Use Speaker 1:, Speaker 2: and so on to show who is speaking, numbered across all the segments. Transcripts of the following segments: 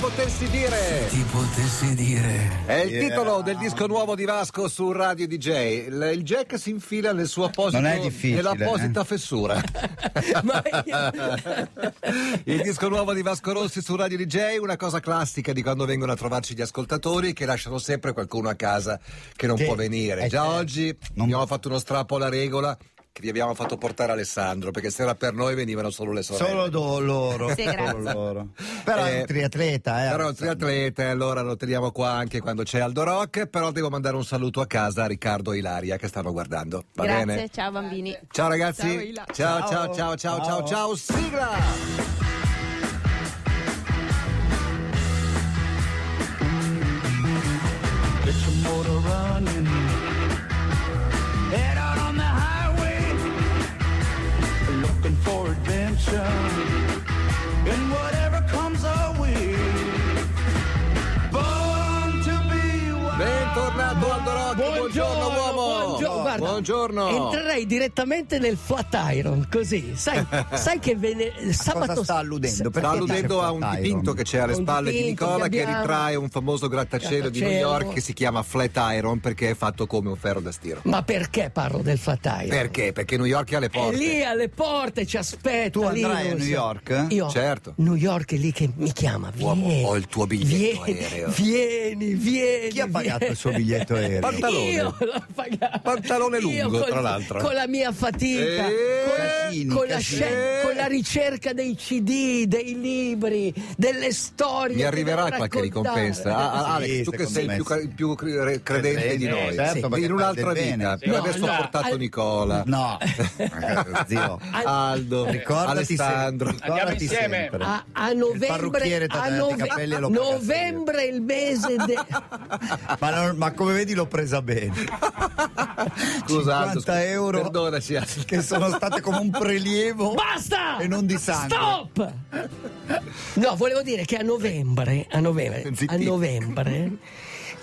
Speaker 1: potessi dire.
Speaker 2: Ti potessi dire.
Speaker 1: È il
Speaker 3: Yeah.
Speaker 1: titolo del disco nuovo di Vasco su Radio DJ. Il, il jack si infila nel suo apposito
Speaker 3: Non è difficile,
Speaker 1: nell'apposita
Speaker 3: eh?
Speaker 1: fessura.
Speaker 4: Ma
Speaker 1: il disco nuovo di Vasco Rossi su Radio DJ, una cosa classica di quando vengono a trovarci gli ascoltatori che lasciano sempre qualcuno a casa che non
Speaker 3: Sì,
Speaker 1: può venire.
Speaker 3: eh,
Speaker 1: Già
Speaker 3: certo.
Speaker 1: oggi
Speaker 3: Non-
Speaker 1: abbiamo fatto uno strappo alla regola che vi abbiamo fatto portare Alessandro, perché se era per noi venivano solo le sorelle.
Speaker 3: Solo do- loro.
Speaker 4: Sì,
Speaker 3: solo
Speaker 4: grazie.
Speaker 3: loro. Però è
Speaker 1: Eh,
Speaker 3: un triatleta, eh.
Speaker 1: Però è un triatleta, e allora lo teniamo qua anche quando c'è Aldo Rock. Però devo mandare un saluto a casa a Riccardo e Ilaria che stanno guardando. Va
Speaker 4: Grazie,
Speaker 1: bene?
Speaker 4: ciao bambini.
Speaker 1: Ciao
Speaker 5: Ciao,
Speaker 1: ragazzi.
Speaker 5: Ila.
Speaker 1: Ciao ciao ciao ciao ciao ciao,
Speaker 3: Ciao.
Speaker 1: sigla!
Speaker 2: Get your motor running. Head out on the highway. Looking for adventure. And whatever comes our way. Born to be wild.
Speaker 1: Bentornato Aldo Rock, buongiorno, uomo!
Speaker 5: buongio- guarda,
Speaker 1: buongiorno!
Speaker 5: Entrerei direttamente nel Flatiron, così. Sai, sai che vene- sabato
Speaker 3: sta alludendo? Perché
Speaker 1: Sta alludendo
Speaker 3: dice
Speaker 1: a un
Speaker 3: Flatiron?
Speaker 1: dipinto che c'è alle
Speaker 5: Un
Speaker 1: spalle di
Speaker 5: dipinto che
Speaker 1: Nicola che
Speaker 5: abbiamo.
Speaker 1: ritrae un famoso grattacielo di New
Speaker 5: Grattacielo.
Speaker 1: York che si chiama Flat Iron perché è fatto come un ferro da stiro.
Speaker 5: Ma perché parlo del Flatiron?
Speaker 1: Perché? Perché New York ha le
Speaker 5: È
Speaker 1: porte.
Speaker 5: lì alle porte, ci aspetta.
Speaker 3: Tu
Speaker 5: lì,
Speaker 3: andrai a
Speaker 5: non
Speaker 3: New
Speaker 5: so.
Speaker 3: York?
Speaker 5: Io,
Speaker 1: Certo.
Speaker 5: New York è lì che mi chiama.
Speaker 1: Uomo,
Speaker 5: vieni,
Speaker 1: ho il tuo biglietto
Speaker 5: vieni,
Speaker 1: aereo.
Speaker 5: Vieni, vieni.
Speaker 3: Chi ha pagato
Speaker 5: vieni.
Speaker 3: il suo biglietto aereo?
Speaker 1: Parla- Pantalone.
Speaker 5: Io l'ho pagato.
Speaker 1: Pantalone
Speaker 5: Io
Speaker 1: lungo,
Speaker 5: col-
Speaker 1: tra l'altro.
Speaker 5: Con la mia fatica,
Speaker 1: Eh,
Speaker 5: con, la-
Speaker 3: Casini,
Speaker 5: con la
Speaker 3: Casini.
Speaker 5: scel- con la ricerca dei CD, dei libri, delle storie.
Speaker 1: Mi
Speaker 5: che
Speaker 1: arriverà
Speaker 5: devo
Speaker 1: qualche
Speaker 5: raccontare.
Speaker 1: ricompensa. Ah, ah, Alex,
Speaker 3: Sì,
Speaker 1: tu che
Speaker 3: secondo
Speaker 1: sei il
Speaker 3: me
Speaker 1: più,
Speaker 3: sì.
Speaker 1: il più cre- credente di
Speaker 3: Eh,
Speaker 1: noi,
Speaker 3: certo, perché
Speaker 1: in un'altra
Speaker 3: fa del
Speaker 1: vita,
Speaker 3: bene.
Speaker 1: per
Speaker 5: No,
Speaker 1: aver
Speaker 5: no,
Speaker 1: sopportato
Speaker 5: al-
Speaker 1: Nicola,
Speaker 3: No, zio.
Speaker 5: al-
Speaker 1: Aldo,
Speaker 3: Ricordati se-
Speaker 1: Alessandro.
Speaker 3: ricordati
Speaker 6: insieme.
Speaker 3: sempre.
Speaker 5: A, a
Speaker 3: Il parrucchiere
Speaker 5: novembre,
Speaker 3: t'ha
Speaker 5: a
Speaker 3: tagliato i
Speaker 5: nove-
Speaker 3: capelli e l'ho pagato io.
Speaker 5: novembre è il mese de-
Speaker 3: Ma, non- ma come vedi l'ho presa bene.
Speaker 1: Scusa, Aldo,
Speaker 3: 50 euro.
Speaker 1: Perdonaci, Aldo.
Speaker 3: Che sono state come un prelievo.
Speaker 5: Basta!
Speaker 3: E non di sangue.
Speaker 5: Stop! No, volevo dire che a novembre, a novembre,
Speaker 3: Zitti.
Speaker 5: a novembre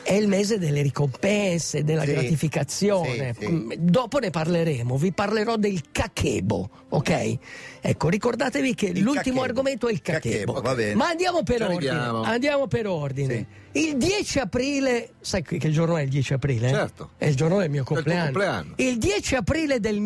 Speaker 5: è il mese delle ricompense, della
Speaker 3: Sì.
Speaker 5: gratificazione.
Speaker 3: Sì, sì.
Speaker 5: Mm, Dopo ne parleremo, vi parlerò del cachebo, ok? Ecco, ricordatevi che
Speaker 3: Il cachebo.
Speaker 5: l'ultimo argomento è il cachebo.
Speaker 3: Cachebo, va bene.
Speaker 5: Ma andiamo per
Speaker 1: Ci
Speaker 5: ordine.
Speaker 1: arriviamo.
Speaker 5: Andiamo per ordine. Il 10 aprile, sai che che giorno è il 10 aprile? eh?
Speaker 1: Certo.
Speaker 5: È il giorno del mio
Speaker 1: tuo
Speaker 5: compleanno.
Speaker 1: compleanno.
Speaker 5: Il 10 aprile del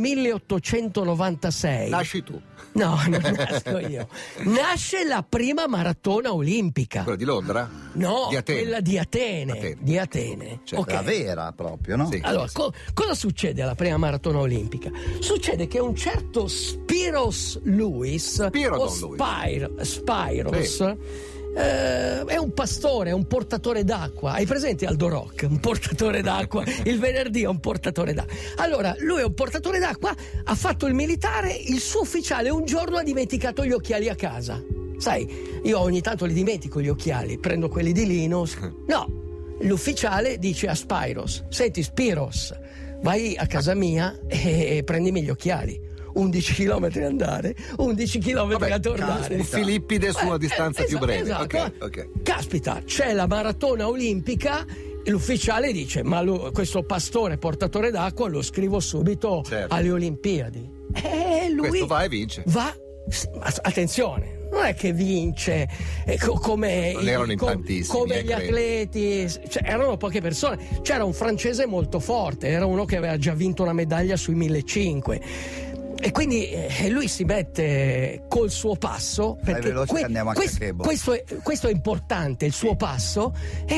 Speaker 5: 1896.
Speaker 1: Nasci tu,
Speaker 5: No, non nasco io. Nasce la prima maratona olimpica.
Speaker 1: quella di Londra?
Speaker 5: No,
Speaker 1: di Atene.
Speaker 5: quella di Atene.
Speaker 1: Atene.
Speaker 5: Di Atene.
Speaker 1: Cioè,
Speaker 5: Ok.
Speaker 3: La vera proprio, no?
Speaker 1: Sì.
Speaker 5: Allora, co- cosa succede alla prima maratona olimpica? Succede che un certo Spiros Lewis,
Speaker 1: Spirodon
Speaker 5: o Spyr- Spyros,
Speaker 1: Sì.
Speaker 5: eh, è un pastore, è un portatore d'acqua. Hai presente Aldo Rock? Un portatore d'acqua. il venerdì è un portatore d'acqua. Allora, lui è un portatore d'acqua, ha fatto il militare, il suo ufficiale un giorno ha dimenticato gli occhiali a casa. Sai, io ogni tanto li dimentico gli occhiali, prendo quelli di Linus. No, L'ufficiale dice a Spyros: Senti, Spiros, vai a casa mia e, e prendimi gli occhiali. 11 km andare, 11 km
Speaker 1: Vabbè,
Speaker 5: a tornare.
Speaker 1: un Filippide su una
Speaker 5: Eh,
Speaker 1: distanza
Speaker 5: eh,
Speaker 1: più
Speaker 5: esa-
Speaker 1: breve.
Speaker 5: esatto.
Speaker 1: Ok, ok.
Speaker 5: Caspita, c'è la maratona olimpica. e L'ufficiale dice: Ma lo- questo pastore portatore d'acqua lo scrivo subito
Speaker 1: Certo.
Speaker 5: alle Olimpiadi. E lui
Speaker 1: Questo va e vince.
Speaker 5: va s- a- attenzione non è che vince eh, co- come,
Speaker 1: Non erano in
Speaker 5: co-
Speaker 1: tantissimi,
Speaker 5: come
Speaker 1: eh,
Speaker 5: gli
Speaker 1: credo.
Speaker 5: atleti s- cioè, erano poche persone c'era un francese molto forte era uno che aveva già vinto una medaglia sui 1500 e quindi eh, lui si mette col suo passo
Speaker 3: Fai
Speaker 5: perché
Speaker 3: veloce che andiamo a
Speaker 5: quest-
Speaker 3: Cachebo.
Speaker 5: questo, è, questo è importante il suo passo e,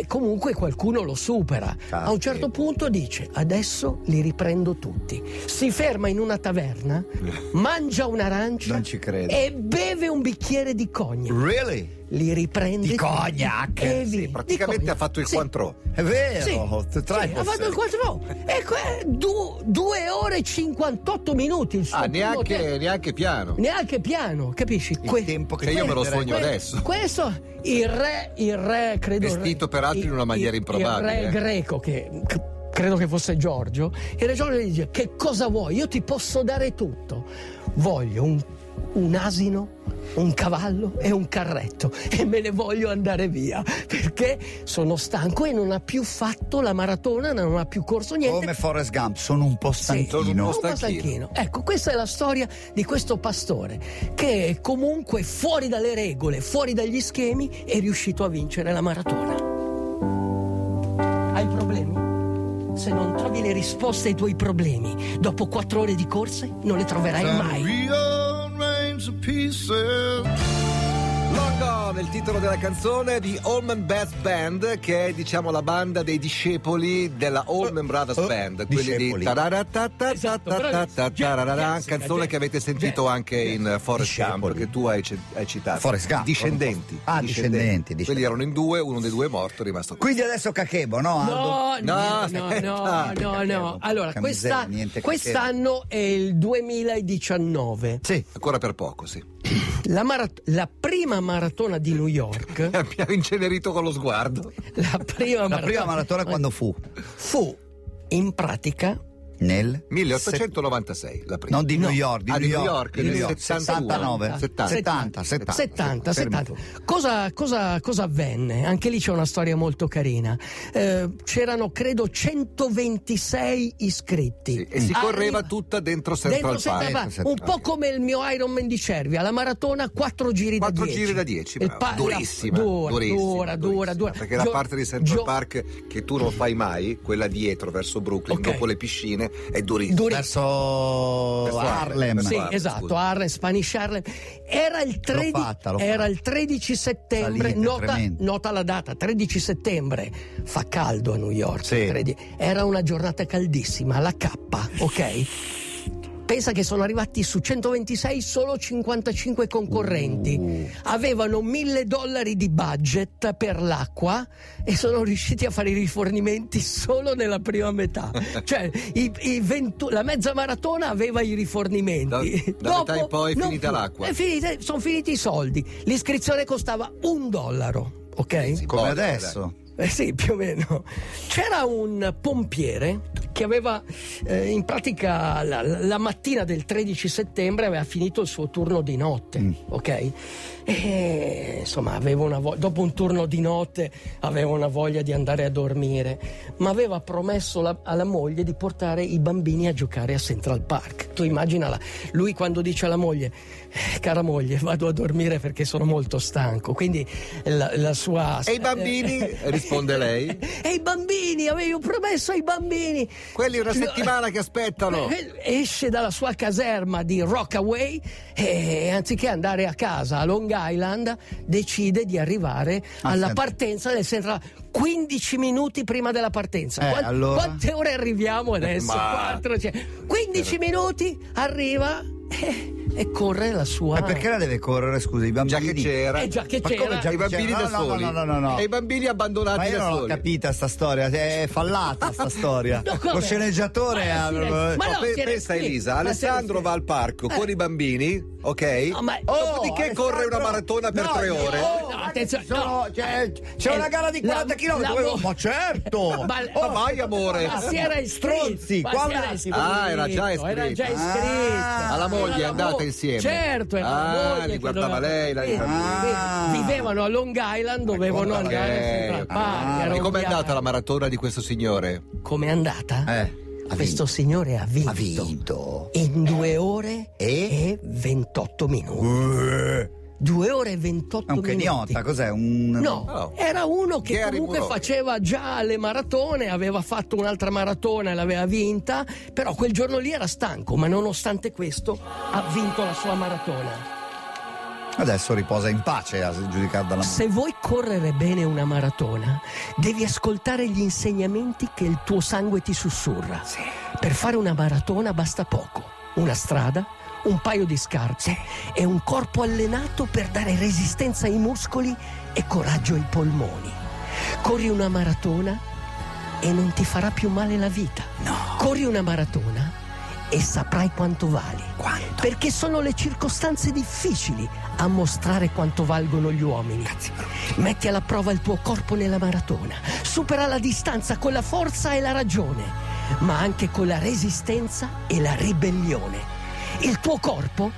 Speaker 5: e comunque qualcuno lo supera
Speaker 3: Cacchio.
Speaker 5: a un certo punto dice adesso li riprendo tutti si ferma in una taverna mangia un'arancia
Speaker 3: Non ci credo.
Speaker 5: e beve un bicchiere di cognac.
Speaker 3: Really?
Speaker 5: Li riprende
Speaker 3: Di
Speaker 5: tutti
Speaker 3: cognac?
Speaker 5: e
Speaker 3: Sì,
Speaker 5: vince. Di
Speaker 1: Praticamente ha
Speaker 5: cognac.
Speaker 1: fatto il
Speaker 5: Sì.
Speaker 1: quattro.
Speaker 3: È vero.
Speaker 5: Sì,
Speaker 3: Eh, Tra
Speaker 5: sì, ha fatto il 4 Ecco, 2 ore e 58 minuti il suo
Speaker 1: Ah,
Speaker 5: primo
Speaker 1: neanche,
Speaker 5: tempo.
Speaker 1: neanche piano.
Speaker 5: Neanche piano, capisci?
Speaker 3: Il
Speaker 5: Que-
Speaker 3: tempo che
Speaker 1: Cioè, io me lo
Speaker 3: perderei.
Speaker 1: sogno adesso.
Speaker 5: questo il re, il re credo
Speaker 1: Vestito, peraltro,
Speaker 5: il-
Speaker 1: in una maniera
Speaker 5: il-
Speaker 1: improbabile.
Speaker 5: Il re greco che c- credo che fosse Giorgio, il re Giorgio gli dice "Che cosa vuoi? Io ti posso dare tutto. Voglio un un asino, un cavallo e un carretto e me ne voglio andare via perché sono stanco e non ha più fatto la maratona, non ha più corso niente.
Speaker 3: Come Forrest Gump, sono un po' stanchino.
Speaker 1: sono un po'
Speaker 5: Un po' stanchino. Ecco, questa è la storia di questo pastore che è comunque fuori dalle regole, fuori dagli schemi, è riuscito a vincere la maratona. Hai problemi? Se non trovi le risposte ai tuoi problemi, dopo quattro ore di corse non le troverai mai.
Speaker 2: Rearrange the pieces.
Speaker 1: Longo nel titolo della canzone di Allman Brothers Band, che è diciamo la banda dei discepoli della Allman Brothers
Speaker 3: oh,
Speaker 1: Band, quelli
Speaker 3: discepoli.
Speaker 1: di
Speaker 5: Esatto,
Speaker 1: tararatatatatatata,
Speaker 5: bravissimo.
Speaker 1: tararara,
Speaker 5: Jessica,
Speaker 1: canzone che avete
Speaker 5: Jessica,
Speaker 1: sentito anche
Speaker 5: Jessica.
Speaker 1: in Forest Gump,
Speaker 3: Discepoli.
Speaker 1: che tu hai, ce- hai citato.
Speaker 3: Forrest Gump.
Speaker 1: Discendenti.
Speaker 3: Ah, discendenti,
Speaker 1: Quelli
Speaker 3: discendenti.
Speaker 1: erano in due, uno dei due è morto, è rimasto qui.
Speaker 3: Quindi adesso cachebo, no? Aldo?
Speaker 5: No, no,
Speaker 1: No,
Speaker 5: no,
Speaker 1: aspetta.
Speaker 5: no, no, no. Allora,
Speaker 3: Porca
Speaker 5: questa-
Speaker 3: miseria, niente che
Speaker 5: quest'anno è il 2019.
Speaker 3: Sì.
Speaker 1: Ancora per poco, sì.
Speaker 5: La, marat- la prima maratona di New York,
Speaker 1: Abbiamo incenerito con lo sguardo.
Speaker 5: la prima
Speaker 3: La prima maratona quando fu?
Speaker 5: fu in pratica
Speaker 3: Nel?
Speaker 1: 1896, la prima.
Speaker 3: Non di
Speaker 5: No.
Speaker 3: New York, di
Speaker 1: Ah,
Speaker 3: New York,
Speaker 1: nel
Speaker 3: di New York.
Speaker 1: 79.
Speaker 3: 79,
Speaker 5: 70,
Speaker 3: 70, 70,
Speaker 1: ecco,
Speaker 5: 70, 70.
Speaker 3: fermo.
Speaker 5: Cosa, cosa- cosa avvenne? Anche lì c'è una storia molto carina. Eh, c'erano, credo, 126 iscritti.
Speaker 1: Sì, e si
Speaker 5: Arriva-
Speaker 1: correva tutta dentro Central
Speaker 5: Dentro
Speaker 1: Park.
Speaker 5: Central Park,
Speaker 3: Ah, Dentro
Speaker 5: un
Speaker 3: Central
Speaker 5: po'
Speaker 3: Park.
Speaker 5: come il mio Ironman di Cervia, la maratona 4 giri da
Speaker 1: Quattro
Speaker 5: 10.
Speaker 1: giri da 10,
Speaker 5: Il
Speaker 1: bravo.
Speaker 5: pa- la-
Speaker 1: durissima,
Speaker 5: dura,
Speaker 1: durissima,
Speaker 5: dura, dura,
Speaker 1: durissima.
Speaker 5: dura.
Speaker 1: Perché la
Speaker 5: Gio-
Speaker 1: parte di Central
Speaker 5: Gio-
Speaker 1: Park che tu non fai mai, quella dietro verso Brooklyn,
Speaker 5: Ok.
Speaker 1: dopo le piscine, è durissima.
Speaker 5: Durissima.
Speaker 3: Verso Harlem.
Speaker 1: Verso
Speaker 5: Sì,
Speaker 1: Harlem,
Speaker 5: esatto,
Speaker 1: scusa.
Speaker 5: Harlem, Spanish Harlem. Era il, 13
Speaker 3: fatta, l'ho
Speaker 5: era
Speaker 3: fatta.
Speaker 5: il 13 settembre,
Speaker 3: Salita,
Speaker 5: nota,
Speaker 3: tremendo.
Speaker 5: nota la data, 13 settembre, fa caldo a New York,
Speaker 3: Sì.
Speaker 5: 13. era una giornata caldissima, la K, ok? Pensa che sono arrivati su 126 solo 55 concorrenti.
Speaker 3: Uh.
Speaker 5: Avevano 1000 dollari di budget per l'acqua e sono riusciti a fare i rifornimenti solo nella prima metà. cioè, i- i 20 la mezza maratona aveva i rifornimenti.
Speaker 1: Da- da metà in poi è
Speaker 5: non
Speaker 1: finita
Speaker 5: più.
Speaker 1: l'acqua.
Speaker 5: È finita- sono finiti i soldi. L'iscrizione costava un dollaro, ok?
Speaker 1: sì.
Speaker 3: Come
Speaker 1: Poi,
Speaker 3: adesso?
Speaker 5: Eh sì, più o meno. C'era un pompiere che aveva, eh, in pratica, la, la mattina del 13 settembre aveva finito il suo turno di notte,
Speaker 3: Mm.
Speaker 5: ok? E, insomma, aveva una vo- dopo un turno di notte aveva una voglia di andare a dormire, ma aveva promesso la- alla moglie di portare i bambini a giocare a Central Park. Tu immaginala, lui quando dice alla moglie, "Eh, cara moglie, vado a dormire perché sono molto stanco, quindi la, la sua...
Speaker 1: E i bambini?
Speaker 3: Eh.
Speaker 1: risponde lei.
Speaker 5: E i bambini, avevo promesso ai bambini.
Speaker 1: Quelli una settimana che aspettano.
Speaker 5: Eh, Esce dalla sua caserma di Rockaway e anziché andare a casa a Long Island decide di arrivare
Speaker 3: Ah,
Speaker 5: alla
Speaker 3: senti.
Speaker 5: partenza del Central 15 minuti prima della partenza.
Speaker 3: Eh, allora? Eh,
Speaker 5: Quante ore arriviamo adesso?
Speaker 1: Ma-
Speaker 5: Quattro, cioè, 15 minuti arriva eh, e, corre la sua.
Speaker 3: Ma Eh, perché la deve correre, scusa, i bambini?
Speaker 1: Già che c'era.
Speaker 5: Eh, già che
Speaker 3: Ma
Speaker 5: c'era.
Speaker 3: come già
Speaker 1: I
Speaker 3: che
Speaker 1: bambini
Speaker 3: c'era?
Speaker 1: da
Speaker 3: No, no,
Speaker 1: soli.
Speaker 3: no, no, no, no.
Speaker 1: E i bambini
Speaker 3: Ma
Speaker 1: abbandonati
Speaker 3: io
Speaker 1: da
Speaker 3: non l'ho
Speaker 1: soli.
Speaker 3: capita sta storia, è fallata sta storia.
Speaker 5: No, come?
Speaker 3: Lo sceneggiatore
Speaker 5: Ma
Speaker 3: ha...
Speaker 5: sì, eh. Ma
Speaker 1: No,
Speaker 5: no,
Speaker 1: pe-
Speaker 5: c'era-
Speaker 1: pensa
Speaker 5: sì,
Speaker 1: Elisa,
Speaker 5: ma
Speaker 1: Alessandro
Speaker 5: c'era-
Speaker 1: va al parco
Speaker 5: Eh.
Speaker 1: con i bambini, ok?
Speaker 5: No, ma-
Speaker 3: Oh,
Speaker 1: Dopodiché
Speaker 3: Alessandro!
Speaker 1: corre una maratona per
Speaker 3: No,
Speaker 1: tre
Speaker 3: io-
Speaker 1: ore.
Speaker 5: No,
Speaker 3: guarda,
Speaker 5: attenzione,
Speaker 3: ci sono-
Speaker 5: no.
Speaker 3: c'è, c'è
Speaker 5: Eh,
Speaker 3: una gara di
Speaker 5: la-
Speaker 3: 40 km.
Speaker 5: la-
Speaker 3: ma certo!
Speaker 5: Ma-
Speaker 1: Ma vai, amore.
Speaker 5: Ma si era
Speaker 3: Stronzi,
Speaker 5: iscritto. ma
Speaker 3: qua
Speaker 5: si era
Speaker 3: una-
Speaker 5: iscritto,
Speaker 1: Ah, era già
Speaker 5: Era già
Speaker 1: iscritto. Ah.
Speaker 5: iscritto.
Speaker 1: Alla moglie,
Speaker 5: Era la
Speaker 1: andate
Speaker 5: moglie.
Speaker 1: insieme.
Speaker 5: Certo, era la
Speaker 1: Ah,
Speaker 5: moglie.
Speaker 1: li
Speaker 5: che
Speaker 1: guardava
Speaker 5: doveva-
Speaker 1: lei, la-
Speaker 5: Vedi,
Speaker 3: Ah.
Speaker 5: vedi, Vivevano a Long Island,
Speaker 3: Oh,
Speaker 5: dovevano
Speaker 1: Ok,
Speaker 5: andare a Central
Speaker 1: ok.
Speaker 3: Ah,
Speaker 5: Park, era
Speaker 1: Ah. e
Speaker 5: un
Speaker 1: com'è
Speaker 5: viaggio.
Speaker 1: andata la maratona di questo signore?
Speaker 5: Com'è andata?
Speaker 3: Eh, ha
Speaker 5: Questo
Speaker 3: vinto.
Speaker 5: signore ha vinto.
Speaker 3: Ha vinto.
Speaker 5: In due ore e,
Speaker 3: E?
Speaker 5: 28 minuti.
Speaker 3: Eh,
Speaker 5: Due ore e
Speaker 3: È
Speaker 5: 28
Speaker 3: un
Speaker 5: minuti.
Speaker 3: keniota, cos'è? Un...
Speaker 5: No,
Speaker 1: No.
Speaker 5: era uno Oh. che
Speaker 1: Gary
Speaker 5: comunque
Speaker 1: Murray.
Speaker 5: faceva già le maratone, aveva fatto un'altra maratona e l'aveva vinta, però quel giorno lì era stanco, ma nonostante questo ha vinto la sua maratona.
Speaker 3: Adesso riposa in pace a giudicare dalla
Speaker 5: Se vuoi correre bene una maratona, devi ascoltare gli insegnamenti che il tuo sangue ti sussurra. Per fare una maratona basta poco, una strada, un paio di scarpe e un corpo allenato per dare resistenza ai muscoli e coraggio ai polmoni. Corri una maratona e non ti farà più male la vita. Corri una maratona e saprai quanto vali. Perché sono le circostanze difficili a mostrare quanto valgono gli uomini. Metti alla prova il tuo corpo nella maratona. Supera la distanza con la forza e la ragione, ma anche con la resistenza e la ribellione. Il tuo corpo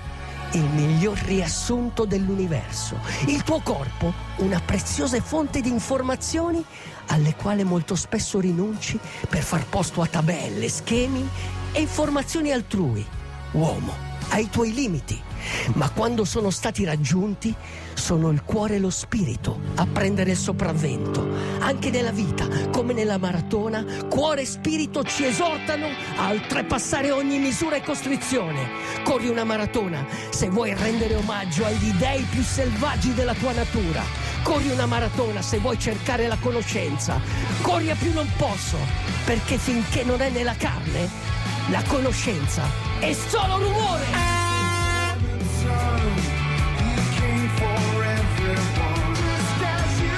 Speaker 5: il miglior riassunto dell'universo. Il tuo corpo, una preziosa fonte di informazioni alle quali molto spesso rinunci per far posto a tabelle, schemi e informazioni altrui. Uomo, hai i tuoi limiti, ma quando sono stati raggiunti sono il cuore e lo spirito a prendere il sopravvento. Anche nella vita, come nella maratona, cuore e spirito ci esortano a oltrepassare ogni misura e costrizione. Corri una maratona se vuoi rendere omaggio agli dei più selvaggi della tua natura. Corri una maratona se vuoi cercare la conoscenza. Corri a più non posso, perché finché non è nella carne, la conoscenza è solo rumore.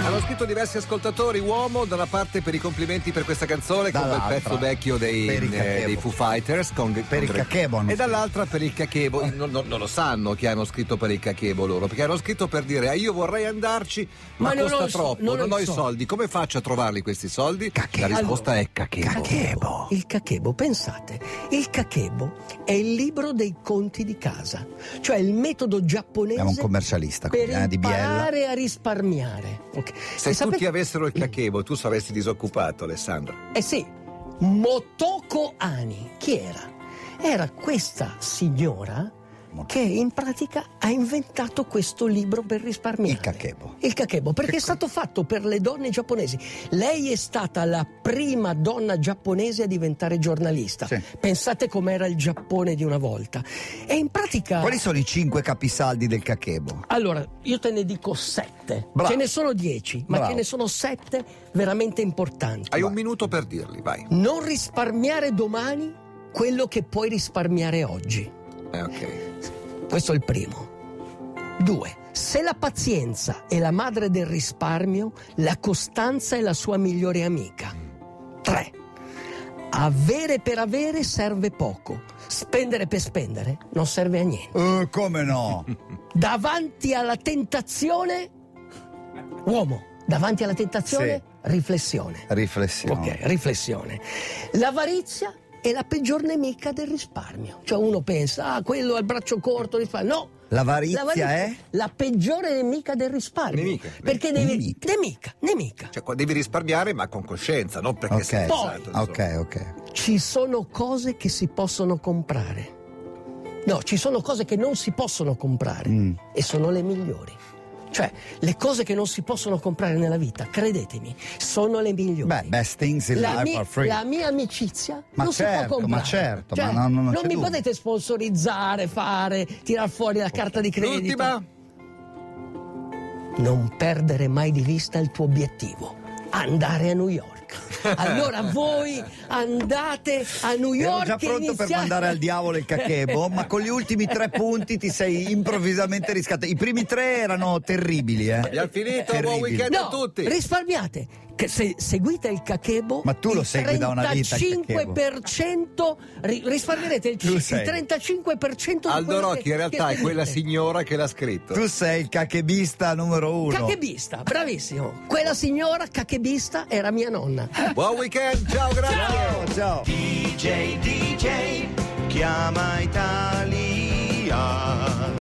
Speaker 1: Hanno scritto diversi ascoltatori, uomo da una parte per i complimenti per questa canzone, che è un bel
Speaker 3: Dall'altra,
Speaker 1: pezzo vecchio dei,
Speaker 3: per il
Speaker 1: eh,
Speaker 3: cachebo.
Speaker 1: dei Foo Fighters. Con, con
Speaker 3: il
Speaker 1: Dre-
Speaker 3: cachebo Eh. hanno
Speaker 1: E dall'altra per il cachebo, non, non- non lo sanno chi hanno scritto per il cachebo loro, perché hanno scritto per dire ah, io vorrei andarci, ma,
Speaker 5: Ma non
Speaker 1: costa
Speaker 5: ho i so-
Speaker 1: troppo,
Speaker 5: non ho
Speaker 1: non,
Speaker 5: i
Speaker 1: ho i
Speaker 5: soldi."
Speaker 1: soldi, come faccio a trovarli questi soldi?
Speaker 5: Cachebo.
Speaker 1: La risposta è cachebo.
Speaker 5: Cachebo. Il cachebo, pensate, il cachebo è il libro dei conti di casa, cioè il metodo giapponese
Speaker 3: Abbiamo un commercialista
Speaker 5: per
Speaker 3: quindi, eh, di Biella.
Speaker 5: imparare a risparmiare. Ok.
Speaker 1: Se
Speaker 5: E
Speaker 1: tutti
Speaker 5: sapete-
Speaker 1: avessero il cachebo, tu saresti disoccupato, Alessandro.
Speaker 5: Eh sì, Motoko Ani, chi era? Era questa signora
Speaker 3: Motoko.
Speaker 5: che in pratica ha inventato questo libro per risparmiare.
Speaker 3: Il cachebo.
Speaker 5: Il cachebo, perché
Speaker 3: Che
Speaker 5: è stato fatto per le donne giapponesi. Lei è stata la prima donna giapponese a diventare giornalista.
Speaker 3: Sì.
Speaker 5: Pensate com'era il Giappone di una volta. E in pratica...
Speaker 3: Quali sono i cinque capisaldi del cachebo?
Speaker 5: Allora, io te ne dico sette.
Speaker 3: Bravo.
Speaker 5: Ce ne sono dieci, ma
Speaker 3: Bravo.
Speaker 5: ce ne sono sette veramente importanti.
Speaker 1: Hai un minuto per dirli, vai.
Speaker 5: Non risparmiare domani quello che puoi risparmiare oggi.
Speaker 1: Eh, ok.
Speaker 5: Questo è il primo. Due. Se la pazienza è la madre del risparmio, la costanza è la sua migliore amica. Tre. Avere per avere serve poco. Spendere per spendere non serve a niente.
Speaker 3: Eh, come no?
Speaker 5: Davanti alla tentazione, uomo, davanti alla tentazione, riflessione.
Speaker 3: Riflessione.
Speaker 5: Ok, riflessione. L'avarizia è la peggior nemica del risparmio. Cioè uno pensa, ah, quello ha il braccio corto, risparmio. No!
Speaker 3: L'avarizia è?
Speaker 5: la peggiore nemica del risparmio.
Speaker 1: Nemica, nemica.
Speaker 5: Perché deve-
Speaker 3: Nemica.
Speaker 5: nemica, nemica.
Speaker 1: Cioè, qua devi risparmiare, ma con coscienza, non perché
Speaker 3: Ok.
Speaker 1: sei
Speaker 5: Poi-
Speaker 1: santo, insomma.
Speaker 3: Ah, Ok, ok.
Speaker 5: Ci sono cose che si possono comprare. No, ci sono cose che non si possono comprare
Speaker 3: Mm.
Speaker 5: e sono le migliori. Cioè, le cose che non si possono comprare nella vita, credetemi, sono le migliori.
Speaker 3: Beh, best things in
Speaker 5: la,
Speaker 3: life
Speaker 5: mi-
Speaker 3: are free.
Speaker 5: la mia amicizia
Speaker 3: Ma
Speaker 5: non si
Speaker 3: certo,
Speaker 5: può comprare.
Speaker 3: ma certo,
Speaker 5: Cioè,
Speaker 3: ma no, no, non
Speaker 5: non
Speaker 3: c'è
Speaker 5: mi
Speaker 3: dubbio.
Speaker 5: potete sponsorizzare, fare, tirar fuori la carta di credito.
Speaker 1: L'ultima.
Speaker 5: Non perdere mai di vista il tuo obiettivo, andare a New York. Allora voi andate a New
Speaker 3: Ero
Speaker 5: York
Speaker 3: già
Speaker 5: e
Speaker 3: pronto per
Speaker 5: iniziate-
Speaker 3: mandare al diavolo il cachebo, ma con gli ultimi tre punti ti sei improvvisamente riscattato. I primi tre erano terribili, eh.
Speaker 1: Abbiamo finito, buon
Speaker 3: Terribili.
Speaker 1: weekend
Speaker 5: No,
Speaker 1: a tutti.
Speaker 5: risparmiate. Che se seguite il cachebo,
Speaker 3: Ma tu lo
Speaker 5: il
Speaker 3: segui da una vita il cachebo.
Speaker 5: 35% ri- risparmierete il,
Speaker 3: Tu
Speaker 5: c- il
Speaker 3: sei.
Speaker 5: 35% di
Speaker 1: Aldo
Speaker 5: quello che-
Speaker 1: Rocchi in realtà
Speaker 5: che
Speaker 1: è quella
Speaker 5: spendete.
Speaker 1: signora che l'ha scritto.
Speaker 3: Tu sei il cachebista numero uno.
Speaker 5: Cachebista, bravissimo. Quella signora cachebista era mia nonna.
Speaker 1: Buon weekend, ciao, grazie.
Speaker 3: Ciao, ciao.
Speaker 2: DJ, DJ, chiama Italia.